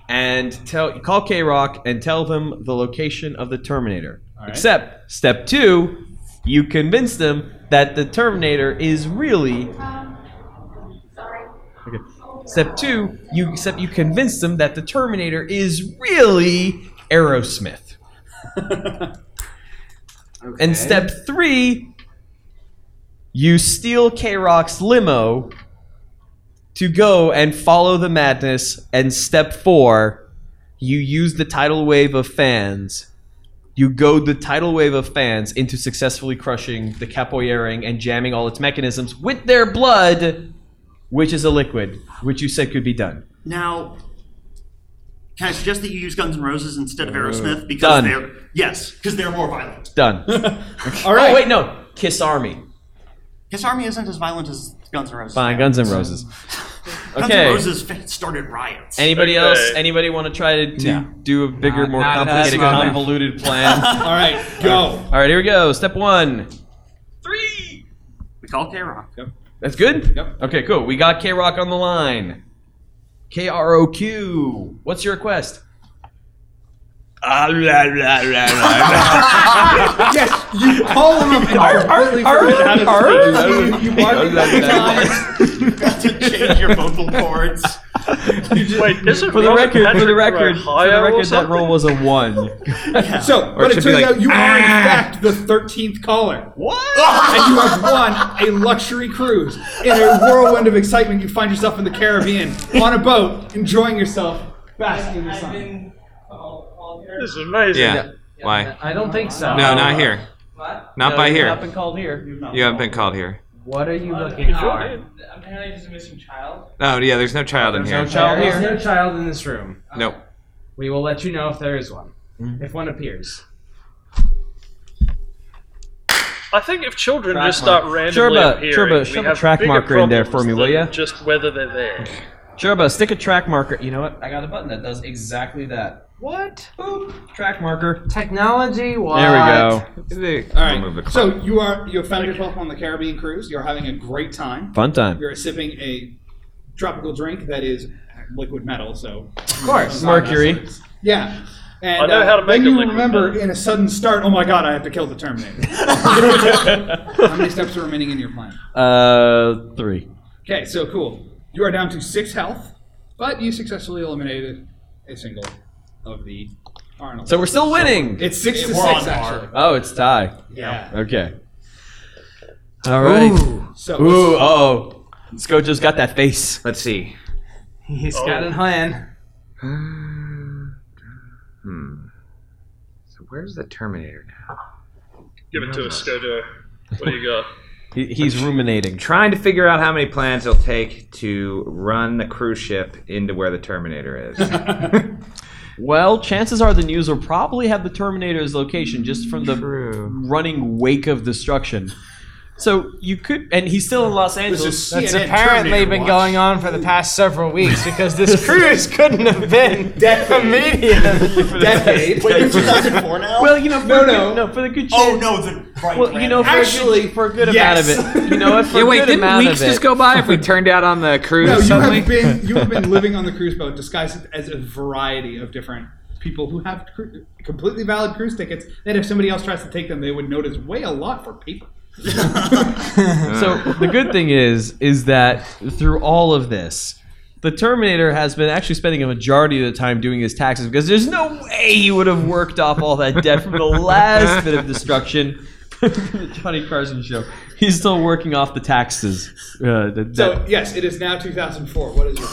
A: and tell call K Rock and tell them the location of the Terminator. Except step two, you convince them that the Terminator is really
J: Sorry.
A: Okay. Step two, you except you convince them that the Terminator is really Aerosmith. And step three, you steal K Rock's limo to go and follow the madness. And step four, you use the tidal wave of fans. You goad the tidal wave of fans into successfully crushing the capoeiring and jamming all its mechanisms with their blood which is a liquid, which you said could be done.
C: Now, can I suggest that you use Guns N' Roses instead of Aerosmith because
A: Done.
C: they're yes, because they're more violent.
A: Done.
B: All
A: Oh
B: right.
A: wait, no, Kiss Army.
C: Kiss Army isn't as violent as Guns N' Roses.
A: Fine, Guns and Roses.
C: Guns N'
A: Okay.
C: Roses fa- started riots.
A: Anybody
F: Okay.
A: else? Anybody want to try to, to do a bigger, more
D: not at this
A: complicated,
D: moment.
A: convoluted plan?
B: All right. Go.
A: All right, here we go. Step one.
C: three. We call K Rock.
A: That's good.
B: Yep.
A: Okay, cool. We got K Rock on the line. K R O Q. What's your request?
B: Yes, you call him up and completely forget how to speak. You, you bark a couple times.
C: to change your vocal cords.
F: Wait, is it
A: For the
F: Robert
A: record, for the
F: Patrick
A: record, for
F: Ohio
A: the
F: or
A: record, that
F: something?
A: roll was a one.
B: So, but
E: it
B: it
E: should
B: turns
E: be like,
B: out you are in
F: "Ah!"
B: fact the thirteenth caller.
A: What?
B: And you have won a luxury cruise. In a whirlwind of excitement, you find yourself in the Caribbean on a boat, enjoying yourself, basking in the sun.
F: This is amazing.
E: Yeah. Why?
D: I don't think so.
E: No, not here. Not by here.
A: I've been called here.
E: You haven't been called here.
D: What are you
A: Uh,
D: looking for?
G: Apparently, there's a missing child.
E: Oh, yeah. There's no child in here.
A: no child
D: There is
A: here.
D: no child in this room.
E: Nope.
D: We will let you know if there is one, if one appears.
F: I think if children
A: Track
F: just start
A: mark.
F: randomly
A: Sherba,
F: appearing,
A: Sherba,
F: we
A: shove a
F: have
A: track
F: bigger
A: marker in there
F: problems
A: for me, will
F: than
A: ya?
F: Just whether they're there.
A: Sherba, stick a track marker. You know what? I got a button that does exactly that.
D: What?
A: Boop. Track marker.
D: Technology? What?
A: There we go.
B: All right. So you are you have found yourself on the Caribbean cruise. You're having a great time.
A: Fun time.
B: You're sipping a tropical drink that is liquid metal. So
D: Of course.
A: Mercury.
B: yeah. And,
F: I know
B: uh,
F: how to make
B: then
F: a
B: you
F: liquid
B: remember
F: metal.
B: in a sudden start, oh my god, I have to kill the Terminator. How many steps are remaining in your plan?
A: Uh, three.
B: Okay, so cool. You are down to six health, but you successfully eliminated a single of the Arnold.
A: So we're still winning.
B: it's six to
C: We're on
B: six
C: par.
B: actually.
A: Oh, it's tie.
B: Yeah.
A: Okay. All right. Ooh.
B: So
A: Ooh. Oh. Scojo's got that face.
E: Let's see.
D: He's got
F: Oh.
D: a plan.
E: Hmm. So where's the Terminator now?
F: Give it to us, Skojo. What do you got?
A: He, he's ruminating.
E: Trying to figure out how many plans it'll take to run the cruise ship into where the Terminator is.
A: Well, chances are the news will probably have the Terminator's location just from the
E: True.
A: running wake of destruction. So you could, and he's still in Los Angeles.
B: is
D: That's
B: CNN
D: apparently
B: Terminator
D: been
B: watch.
D: going on for the past several weeks because this cruise couldn't have been immediate.
B: Decade.
C: Wait, it's 2004 now?
A: Well, you know, for
B: No,
A: a good-
B: no.
A: for the good.
C: oh
A: shit-
C: no, the right.
A: Well, you know, for
B: Actually,
A: a good, for a good
B: yes.
A: amount of it, you know, if for
E: Yeah,
A: a
E: wait,
A: good
E: didn't
A: amount
E: weeks
A: of it,
E: just go by if we turned out on the cruise
B: No, you
E: suddenly?
B: have been you have been living on the cruise boat disguised as a variety of different people who have cru- completely valid cruise tickets. That if somebody else tries to take them, they would notice way a lot for paper.
A: So the good thing is, is that through all of this, the Terminator has been actually spending a majority of the time doing his taxes because there's no way he would have worked off all that debt from the last bit of destruction. Johnny Carson show. He's still working off the taxes. Uh, the
B: So
A: debt.
B: yes, it is now 2004. What is your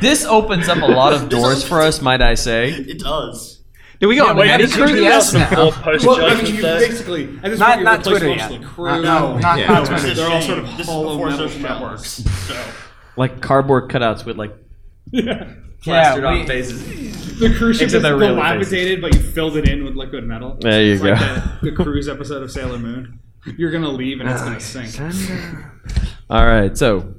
A: this opens up a lot of doors for us, might I say?
C: It does.
E: Do we go on
F: Wait,
E: any
F: is it
E: cruise? Yes, now.
F: 2004 post
B: well, I mean,
F: judgment
B: you
F: day?
B: basically at this
D: Not-
B: point
D: not
B: you replace
D: Twitter
B: most of
D: yet.
B: the crew.
D: No, not,
E: Yeah.
D: not
C: This
D: Twitter.
C: is
B: They're all
C: shame.
B: sort of
C: This is
B: hollow
C: before
B: metal
C: social networks. So.
A: Like cardboard cutouts with like plastered
D: Yeah,
A: on
D: we-
A: faces.
B: The cruise ship
A: Except
B: is
A: they're really
B: dilapidated, but you filled it in with liquid metal.
A: There you
B: It's like
A: go.
B: that- the cruise episode of Sailor Moon. You're gonna leave and it's gonna sink.
A: All right, so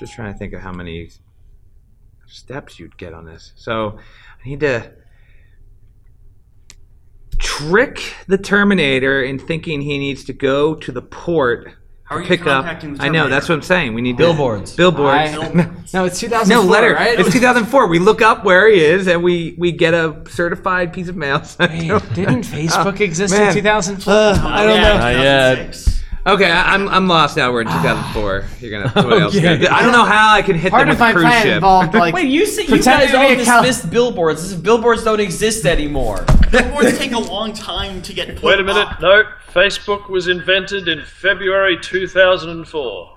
E: Just trying to think of how many steps you'd get on this. So I need to trick the Terminator in thinking he needs to go to the port
C: How are you
E: pick up.
C: contacting the
E: I know that's what I'm saying. We need to-
A: Billboards.
E: Billboards.
D: I-
E: No,
D: No, it's 2004,
E: no letter.
D: right?
E: It's 2004. We look up where he is, and we we get a certified piece of mail. sent
D: Hey,
E: to him.
D: didn't Facebook
E: Oh,
D: exist
E: man. Uh,
D: in 2004?
E: I don't know.
A: Not yet.
E: Okay, I, I'm I'm lost now. We're in 2004. You're gonna. Have to, what else?
A: Okay.
E: I don't know how I can hit
D: Part
E: them
D: of
E: with
D: my
E: cruise
D: plan
E: ship.
D: involved like
A: Wait, you say you
D: Pretend
A: guys
D: to be
A: all
D: a cow-
A: dismissed billboards. This is- billboards don't exist anymore.
C: Billboards take a long time to get. Put
F: Wait a minute.
C: up.
F: No, Facebook was invented in February 2004.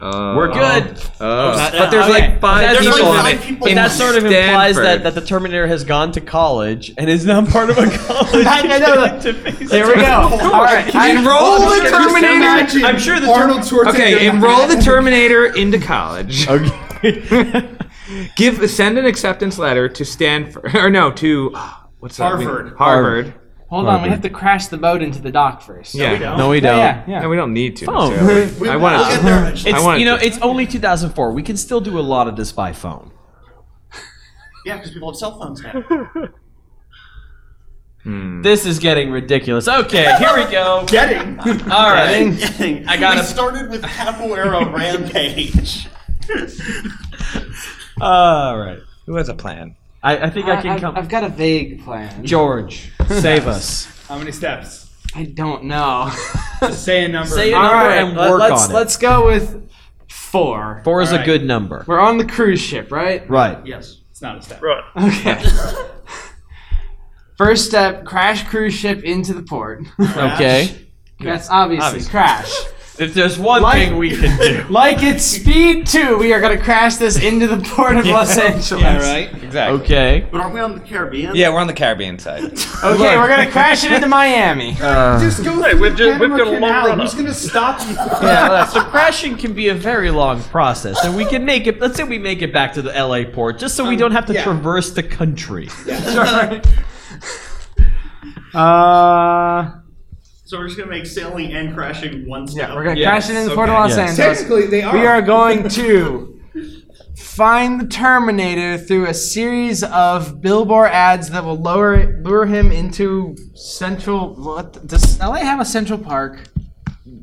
E: Oh.
A: We're good.
E: Oh.
D: Uh,
C: But
E: There's like five
A: That's
E: people
A: like
E: on
A: five
E: it.
C: people
E: in
A: But that sort of
E: Stanford.
A: implies that, that the Terminator has gone to college and is now part of a college.
D: I know. There we go. All right. I
E: Enroll the Terminator.
A: I'm sure the
B: Arnold Schwarzenegger.
E: Okay, enroll the Terminator into college.
A: Okay.
E: Give send an acceptance letter to Stanford or no to what's that?
B: Harvard.
E: Harvard.
D: Hold on, we have to crash the boat into the dock first.
E: Yeah.
A: no, we don't.
D: Yeah, yeah.
E: No, we don't need to.
A: Phone.
E: necessarily. I
C: We'll get
E: want
C: there
E: to.
C: eventually.
E: I
A: It's
E: wanted
A: you know,
E: to.
A: it's only 2004. We can still do a lot of this by phone.
C: Yeah, because people have cell phones now.
A: This is getting ridiculous. Okay, here we go.
B: getting.
A: All right.
C: I
A: gotta-
C: We started with Capoeira Rampage.
A: All right.
E: Who has a plan?
A: I, I think I,
D: I,
A: can
D: have
A: come.
D: I've got a vague plan.
A: George, save us.
B: How many steps?
D: I don't know.
B: Just say a number.
A: Say a
D: All
A: number
D: right,
A: and
D: let-
A: work
D: let's
A: on it.
D: let's go with four.
A: Four is
B: All
A: a
B: right.
A: good number.
D: We're on the cruise ship, right?
A: Right.
B: yes. It's not a step.
F: Right.
D: Okay. First step: crash cruise ship into the port.
A: Okay.
D: That's obviously crash.
A: If there's one
D: Like-
A: thing we can do.
D: Like it's Speed Two, we are gonna crash this into the port of Los Angeles.
B: All right.
E: Exactly.
A: Okay.
C: But aren't we on the Caribbean?
E: Yeah, we're on the Caribbean side.
D: Okay, we're gonna crash it into Miami.
B: just go.
F: Hey,
B: through
F: we've
B: the
F: ju- we've
B: Panama
F: got a long
B: Canal.
F: run
B: Who's
F: up.
B: gonna stop you?
A: Yeah, so crashing can be a very long process, and we can make it. Let's say we make it back to the LA port, just so we don't have to
B: yeah.
A: traverse the country.
D: Uh,
C: So we're just gonna make sailing and crashing one step.
D: yeah, we're gonna
B: Yes,
D: crash it into the port of
A: okay.
D: Los
A: Yes.
D: Angeles.
B: Technically, they are.
D: We are going to find the Terminator through a series of billboard ads that will lower lure him into Central. What does LA have a Central Park?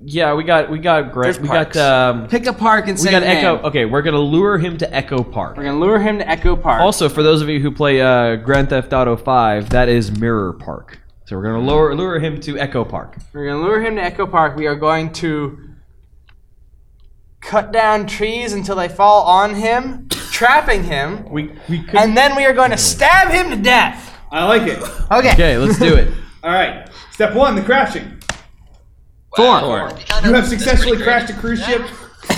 A: Yeah, we got we got Greg.
E: There's
A: We
E: parks.
A: got um,
D: Pick a park and
A: we
D: say
A: got
D: the name.
A: Echo. Okay, we're gonna lure him to Echo
D: We're
A: Park.
D: gonna lure him to Echo Park.
A: Also, for those of you who play uh, Grand Theft Auto 5, that is Mirror Park. So we're gonna lure lure him to Echo Park.
D: we're gonna lure him to Echo Park. We are going to cut down trees until they fall on him, trapping him,
A: We we could.
D: and then we are going to stab him to death.
B: I like it.
D: Okay.
A: okay, let's do it.
B: All right. Step one: the crashing.
H: Four.
B: You have successfully crashed a cruise ship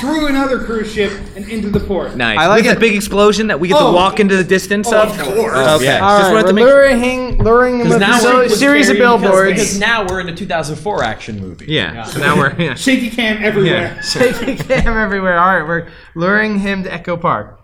B: through another cruise ship and into the port.
E: Nice.
D: I like
E: With
D: it.
E: a big explosion that we get
B: Oh.
E: to walk into the distance
B: Oh,
E: of.
B: of course.
E: Okay.
A: Yeah.
D: All right,
E: Just wanted to
D: we're
E: make sure.
D: luring, luring him with
A: now
D: a
A: we're-
D: so- series of
B: because-
A: Because,
D: billboards.
A: because now we're in a 2004 action movie.
E: Yeah. So now we're. Yeah.
B: Shaky cam everywhere.
E: Yeah.
D: Taking him everywhere. All right, we're luring him to Echo Park.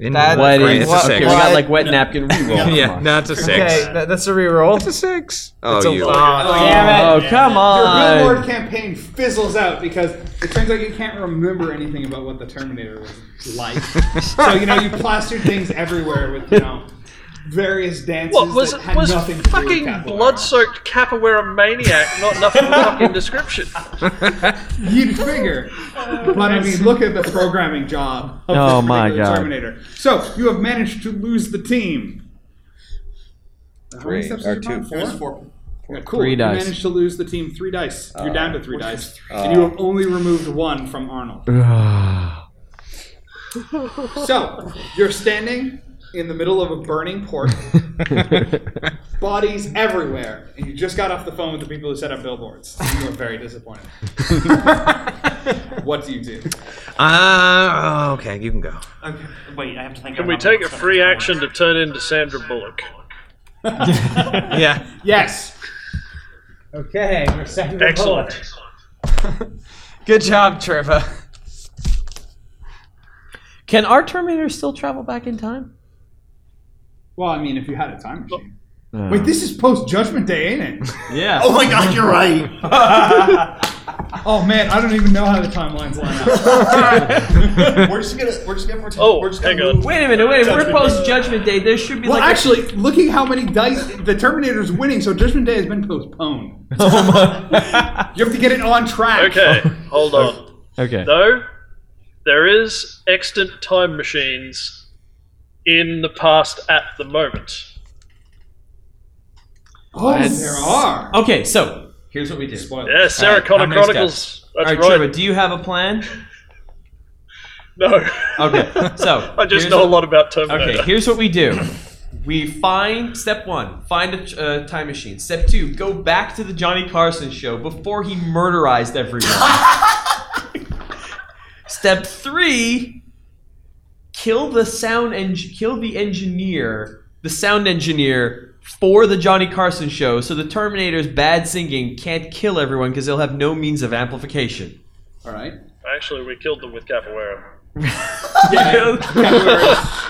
E: In
D: That-
E: what
A: What is?
E: grade? It's
D: what-
E: a
A: okay,
E: six.
A: we got like wet napkin reroll.
E: yeah, no, it's a six.
D: Okay, that, that's a reroll.
E: It's a six. Oh,
D: It's a
E: you.
D: lot.
A: Oh, come
B: Your billboard
A: on.
B: campaign fizzles out because it turns out you can't remember anything about what the Terminator was like. so you know you plastered things everywhere with you know various dances
F: What was
B: that
F: it?
B: had
F: Was
B: nothing to do
F: fucking
B: with capoeira.
F: blood-soaked capoeira maniac not enough of a fucking description?
B: You'd figure, but I mean, look at the programming job of
A: Oh
B: this
A: my
B: particular
A: God.
B: Terminator. So you have managed to lose the team. How many
E: Three,
B: steps
E: or
B: did you roll?
E: two.
C: It was four.
B: Yeah, cool.
A: Three
B: you
A: dice.
B: managed to lose the team three dice. You're down to three dice, and you have only removed one from Arnold. so you're standing in the middle of a burning port, bodies everywhere, and you just got off the phone with the people who set up billboards. You are very disappointed. what do you do?
E: Uh, oh, okay, you can go.
C: Okay. Wait, I have to think.
F: Can we take a free action to turn into Sandra Bullock?
E: Yeah.
B: Yes.
D: Okay, we're second
F: Excellent.
D: Good job, Trevor.
A: Can our Terminator still travel back in time?
B: Well, I mean, if you had a time machine.
A: uh,
B: Wait, this is post Judgment Day, ain't it?
A: Yeah.
C: Oh my god, you're right.
B: Oh man, I don't even know how the timelines line up.
C: we're just gonna. We're just gonna. Pretend,
F: Oh,
C: we're just
F: hang
C: gonna
F: on.
C: move-
A: Wait a minute, wait a minute. We're
C: Judgment Day.
A: post Judgment Day. There should be
B: well,
A: like.
B: actually, looking how many dice the Terminator's winning, so Judgment Day has been postponed. You have to get it on track.
F: Okay, hold on.
A: okay.
F: Though there is extant time machines in the past at the moment.
B: Oh, there are.
A: Okay, so here's what we do.
F: Yeah, Sarah
E: Alright,
F: Connor
E: how many
F: Chronicles. That's
A: All right,
F: right.
A: Trevor, do you have a plan?
F: No.
A: Okay, so
F: I
A: Oh,
F: just
A: here's
F: know a
A: what-
F: lot about Terminator.
A: Okay, here's what we do. We find step one, find a ch- uh, time machine. Step two, go back to the Johnny Carson show before he murderized everyone. step three, kill the sound and kill the engineer, the sound engineer for the Johnny Carson show, so the Terminator's bad singing can't kill everyone because they'll have no means of amplification.
B: All right.
F: Actually, we killed them with capoeira.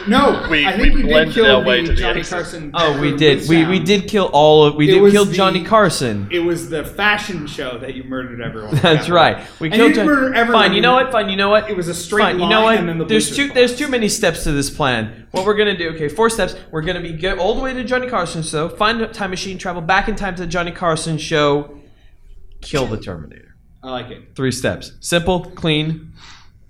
B: No,
F: We-
B: I think
F: we
B: we, did
F: blended
B: kill
F: our way
B: the
F: to the
B: Johnny
F: exit.
B: Carson.
A: oh, we
B: with
A: did. We, we
B: sound.
A: did kill all of. We
B: It
A: did
B: was
A: kill
B: the-
A: Johnny Carson.
B: It was the fashion show that you murdered everyone. with
A: That's
B: that
A: right.
B: one.
A: We
B: And
A: killed
B: you
A: Johnny.
B: didn't murder everyone.
A: Fine, you know what? Fine, you know what?
B: It was a straight
A: Fine, you
B: line
A: know what?
B: and then the
A: there's
B: bleachers
A: too
B: followed.
A: there's too many steps to this plan. What we're gonna do? Okay, four steps. We're gonna be go all the way to Johnny Carson show, find a time machine, travel back in time to the Johnny Carson show, kill the Terminator.
B: I like it.
A: Three steps. Simple, clean.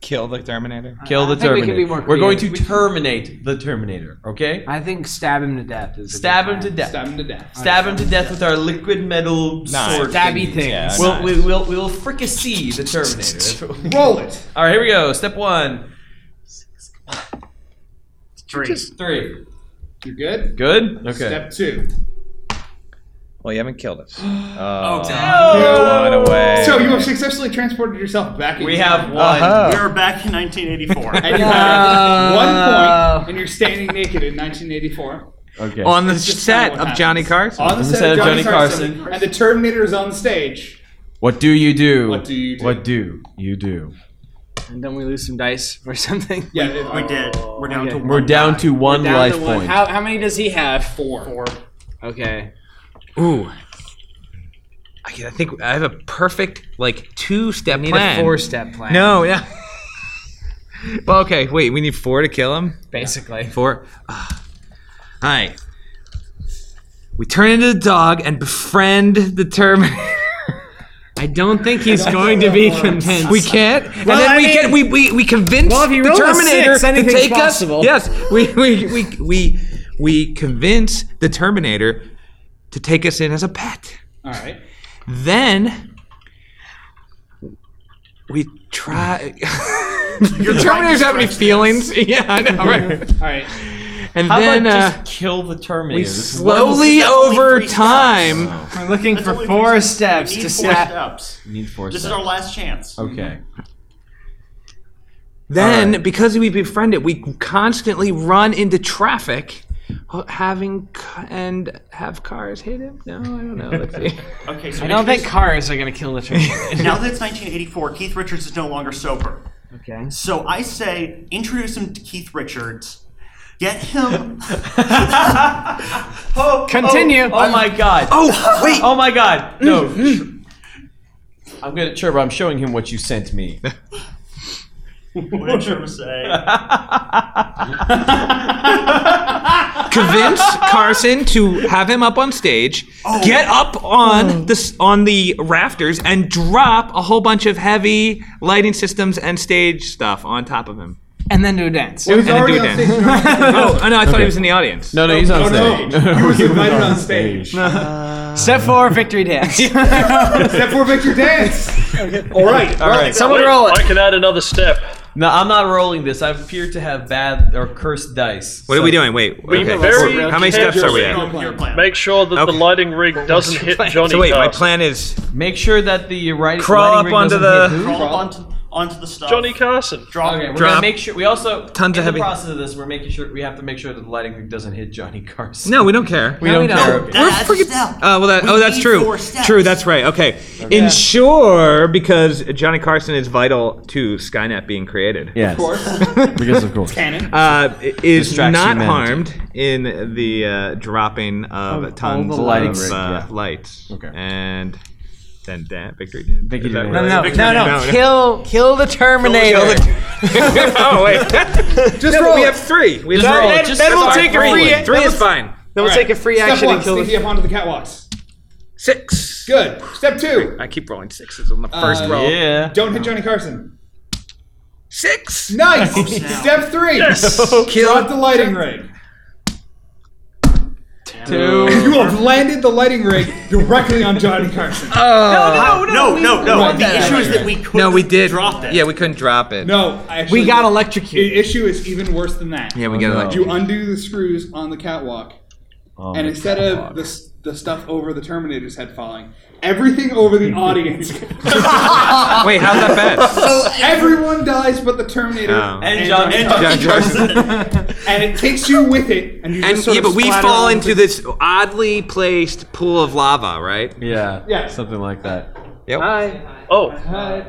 D: Kill the Terminator.
A: Kill the
D: think we
A: Terminator.
D: can be more
A: are going to
D: creative.
A: terminate the Terminator. Okay.
D: I think stab him to death is.
A: Stab him to death.
B: Stab him to death.
A: Stab him to death with our liquid metal sword.
D: Stabby things.
E: Yeah,
A: We'll, we, we'll, we'll fricassee the Terminator. That's what we-
B: Roll it.
A: All right, here we go. Step one,
C: Three.
A: three.
B: You good?
A: Good. Okay.
B: Step two.
E: Well, you haven't killed us. Oh,
A: Oh!
E: one away.
B: So you have successfully transported yourself back. in
A: We
B: time.
A: have one.
E: Uh-huh.
C: We are back in 1984.
B: And you have one point, and you're standing naked in 1984.
A: Okay.
E: on the
B: Just kinda
E: set
B: what
E: of
B: happens.
E: Johnny Carson.
B: On the set, of Johnny, Carson,
A: Carson.
B: and the Terminator is on stage.
A: What do you do?
B: What do you do?
A: What do you do?
D: And don't we lose some dice or something?
B: Yeah,
C: we did. We're down to
D: Okay.
C: one.
A: We're down to one
D: Down to
A: life
D: one.
A: point.
D: How, how many does he have?
B: Four. Four.
D: Okay.
E: Ooh. I, can- I think I have a perfect like two-step
D: Need
E: plan.
D: a four-step plan.
E: No, yeah. well, okay. Wait, we need four to kill him.
D: basically.
E: Four. Ah. All right. We turn into the dog and befriend the Terminator.
D: I don't think he's going to be convinced.
E: We can't, and
D: Well,
E: then
D: I
E: we
D: mean-
E: can. We, we, we convince
D: Well, if you
E: the
D: roll a
E: Terminator
D: six,
E: to
D: anything's
E: take
D: possible.
E: us. Yes, we we, we we we convince the Terminator to take us in as a pet.
B: All right.
E: Then we try. the
C: trying to
E: Terminator's have any
C: strike
E: feelings? Yeah, I know, right?
B: All right.
E: And
A: How
E: then
A: about
E: uh,
A: just kill the Terminator?
E: we
A: This is-
E: slowly
C: That's only
E: over
C: three steps.
E: time.
D: We're looking
C: That's
D: for
C: only
D: four
C: three
D: steps
C: We need
D: to
C: four
D: snap.
C: steps.
A: we Oh, need four
C: This is
A: steps.
C: our last chance.
A: okay.
E: Then,
A: All right.
E: because we befriend it, we constantly run into traffic,
A: uh,
E: h- having ca- and have cars hit him. No, I don't know. Let's see.
C: Okay, so
D: I don't think cars are going to kill the Terminator.
C: now that it's 1984, Keith Richards is no longer sober.
D: okay.
C: So I say introduce him to Keith Richards Get him.
K: Continue.
D: Oh, my god.
C: Oh, wait.
D: Oh my god. No. I'm good at Cherba. I'm showing him what you sent me.
C: What did Trevor say?
A: Convince Carson to have him up on stage, get up on this on the rafters, and drop a whole bunch of heavy lighting systems and stage stuff on top of him.
K: and then do a dance.
A: and then do a dance. oh, oh, no, I thought he was in the audience.
D: No, no, he's on
B: no.
D: stage.
B: He was
D: He was
B: invited on stage.
K: Step four, victory dance.
B: Step four, Victor dance.
L: All right.
D: All right.
K: Someone roll it.
F: I can add another step.
D: No, I'm not rolling this. I appear to have bad or cursed dice.
A: What are we doing? Wait. okay.
F: very
A: How many steps are we at?
C: Your plan.
F: Make sure that the
A: Okay.
F: lighting rig doesn't hit Johnny.
A: So wait, my
F: Carson.
A: plan is
D: Make sure that the right
A: Crawl
D: lighting rig
A: up onto
D: doesn't
A: the-
D: hit who?
C: Crawl up onto, onto the stuff.
F: Johnny Carson.
C: Drop.
D: Okay, we're gonna
A: Drop.
D: make sure we also
A: Tons
D: in
A: of
D: the
A: heavy-
D: process of this we're making sure we have to make sure that the lighting rig doesn't hit Johnny Carson.
A: no, we don't care.
K: We don't care.
D: Okay.
A: We're
C: That's
A: freaking-
C: step.
A: Uh, well, that,
C: We
A: oh, that's
C: need
A: true.
C: four steps.
A: True, that's right. Okay. Ensure, because Johnny Carson is vital to Skynet being created,
D: Yes. Of course. because of course.
L: Cannon.
A: uh, i- is
D: Distracts
A: not
D: humanity.
A: harmed in the uh, dropping of,
D: Of
A: tons
D: all the lighting
A: of
D: rig,
A: uh,
D: yeah.
A: lights.
D: Okay.
A: And then that victory. dance?
D: Victory
A: Is that
D: dance.
A: right?
K: No, no,
A: Victory
K: no,
A: dance.
K: no. Kill, kill the Terminator.
A: oh wait. Just
K: roll
A: We
K: it.
A: have three. We have
D: Just
A: three.
D: roll it.
A: Then-
D: Just
A: then we'll
D: start
A: take a
D: rolling.
A: free. Three is fine.
K: Then we'll take a free
B: Step
K: action
B: one,
K: and kill
B: sneaky
K: the.
B: up onto the catwalks.
A: Six.
B: Good. Step two,
A: I keep rolling sixes on the first
B: Uh,
A: roll.
D: Yeah.
B: don't hit Johnny Carson.
A: Six.
B: Nice. Step three, drop the lighting rig.
D: Two.
B: You have landed the lighting rig directly on Johnny Carson.
D: no,
C: No, no, no.
B: want
C: The
B: that
C: issue
B: out
C: is
B: of here.
C: that we couldn't
A: No, we did.
C: drop it.
A: Yeah, we couldn't drop it.
B: No, actually,
K: We got
B: The
K: electrocuted.
B: issue is even worse than that.
A: Yeah, we got
D: no.
A: like
B: You undo the screws on the catwalk, and instead of the, s- the stuff over the Terminator's head falling, everything over the audience.
A: Wait, how's that bad?
C: So,
B: Everyone dies but the Terminator
A: Oh.
D: And John-
B: Johnny
D: and
B: Carson.
A: Johnny Carson.
B: and it takes you with it, and you
A: And
B: just sort
A: yeah,
B: of
A: but we
B: splatter
A: fall
B: on
A: into
B: the-
A: this oddly placed pool of lava, right?
D: Yeah.
B: Yeah.
D: Something like that.
A: Yep.
F: Oh,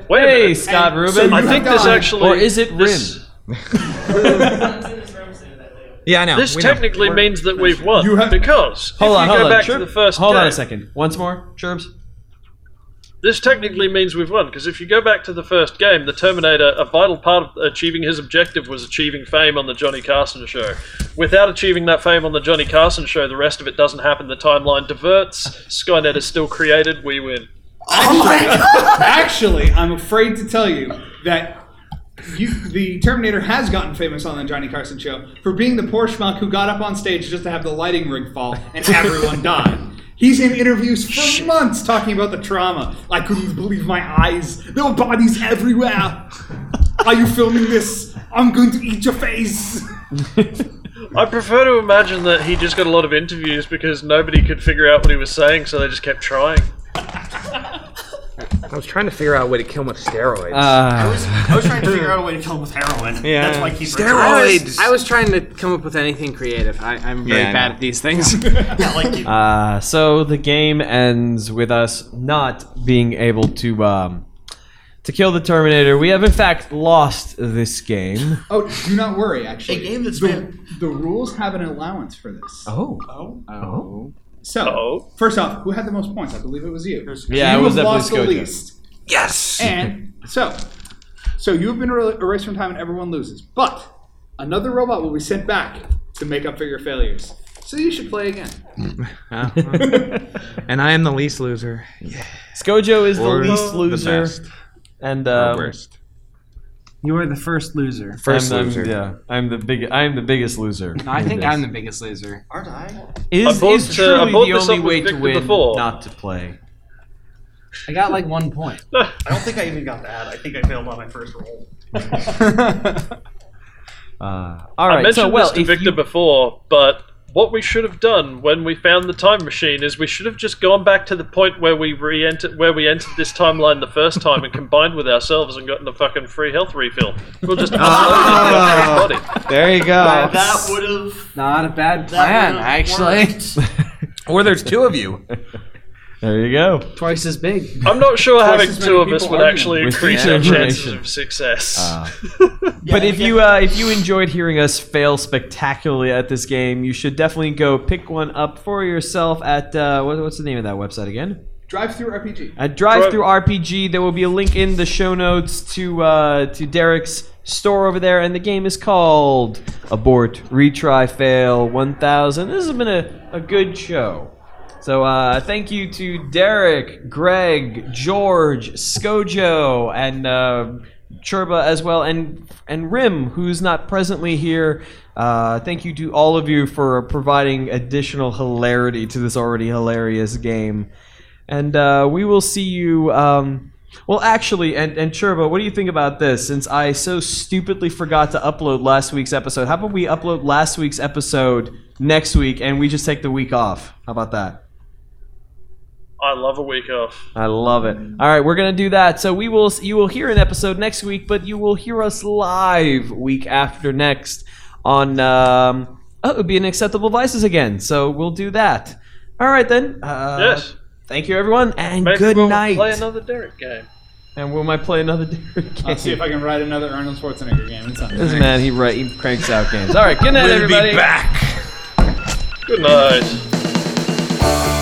F: wait a
D: Hey,
F: minute.
D: Scott Rubin.
B: so you
F: I think this
B: Or
F: actually.
D: is it
F: this,
A: yeah, I know.
F: This
A: we know.
F: technically means that we've won
B: You have-
F: because
D: Hold
F: if
D: on,
F: you
D: hold
F: go
D: on.
F: back
D: Chirp-
F: to the first
D: hold on
F: game-
D: a second. Once more, Cherbs.
F: This technically means we've won because if you go back to the first game, the Terminator, a vital part of achieving his objective was achieving fame on the Johnny Carson show. Without achieving that fame on the Johnny Carson show, the rest of it doesn't happen. The timeline diverts. Skynet is still created. We win.
C: oh my god.
B: Actually, I'm afraid to tell you that you, the Terminator has gotten famous on the Johnny Carson show for being the poor schmuck who got up on stage just to have the lighting rig fall and everyone die. He's in interviews for months talking about the trauma. I couldn't believe my eyes. There were bodies everywhere. Are you filming this? I'm going to eat your face.
F: I prefer to imagine that he just got a lot of interviews because nobody could figure out what he was saying, so they just kept trying.
A: I was trying to figure out a way to kill him with
D: Uh,
A: steroids.
C: I was, I was trying to figure out a way to kill him with heroin.
A: Yeah.
C: That's why I keep
A: Steroid.
K: I
A: Droids.
K: was, I was trying to come up with anything creative. I, I'm very
A: Yeah, I
K: bad
A: know.
K: at these things.
C: Yeah, like you,
D: Uh, so the game ends with us not being able to um, to kill the Terminator. We have in fact lost this game.
B: Oh, do not worry. Actually,
C: A game that's
B: the,
C: been-
B: the rules have an allowance for this.
D: Oh.
B: So,
F: Uh-oh.
B: first off, who had the most points? I believe it was you.
D: Yeah,
B: you
D: it was
B: have
D: definitely
B: lost the
D: Skojo.
B: least.
A: yes.
B: And so, so you have been er- erased from time, and everyone loses. But another robot will be sent back to make up for your failures. So you should play again.
A: and I am the least loser.
D: Skojo is
A: Or
D: the least loser,
A: best.
D: and
A: Or
D: um,
A: worst.
K: you are the first loser.
A: First
D: I'm, I'm-
A: loser.
D: yeah, I'm the big. I'm the biggest loser.
K: I
D: in
K: think
D: this.
K: I'm the biggest loser.
C: aren't I?
F: I
D: Is,
F: brought
D: is
F: this, uh, I
D: truly
F: brought
D: the
F: this
D: only
F: up with
D: way to
F: Victor
D: win
F: before.
D: not to play.
K: I got like one point.
C: I don't think I even got that. I think I failed on my first roll.
D: Uh, all
F: I
D: right.
F: mentioned
D: so well,
F: this to
D: if
F: Victor
D: you-
F: before, but what we should have done when we found the time machine is we should have just gone back to the point where we re-entered, where we entered this timeline the first time and combined with ourselves and gotten a fucking free health refill. We'll just
B: Ah.
F: upload it to everybody.
A: There you go.
C: That would have.
K: Not a bad
C: That
K: plan,
C: would've
K: actually.
A: or there's two of you.
D: There you go.
M: Twice as big.
F: I'm not sure
B: Twice
F: having
B: as
F: two
B: many
F: of us
B: people
F: would
B: arguing.
F: actually
D: With
F: increase
D: that
F: our chances
D: information.
F: of success.
D: Ah. but if you uh, if you enjoyed hearing us fail spectacularly at this game, you should definitely go pick one up for yourself at uh, what, what's the name of that website again?
B: Drive through RPG.
D: At Drive Through RPG, there will be a link in the show notes to uh, to Derek's store over there, and the game is called Abort Retry Fail 1000. This has been a, a good show. So uh, thank you to Derek, Greg, George, Skojo, and uh, Chirba as well, and and Rim, who's not presently here. Uh, thank you to all of you for providing additional hilarity to this already hilarious game. And uh, we will see you. Um, well, actually, and, and Chirba, what do you think about this? Since I so stupidly forgot to upload last week's episode, how about we upload last week's episode next week and we just take the week off? How about that?
F: I love a week off.
D: I love it. All right, we're gonna do that. So we will. You will hear an episode next week, but you will hear us live week after next on. Um, oh, it would be an acceptable vices again. So we'll do that. All right then. Uh,
F: yes.
D: Thank you, everyone, and
F: Maybe
D: good
F: we'll
D: night.
F: Play another Derek game.
D: And will I play another Derek game?
B: I'll see if I can ride another Arnold Schwarzenegger game. It's not
D: This man, he, right, he cranks out games. All right, good night,
N: We'll
D: everybody.
N: be back.
F: Good night.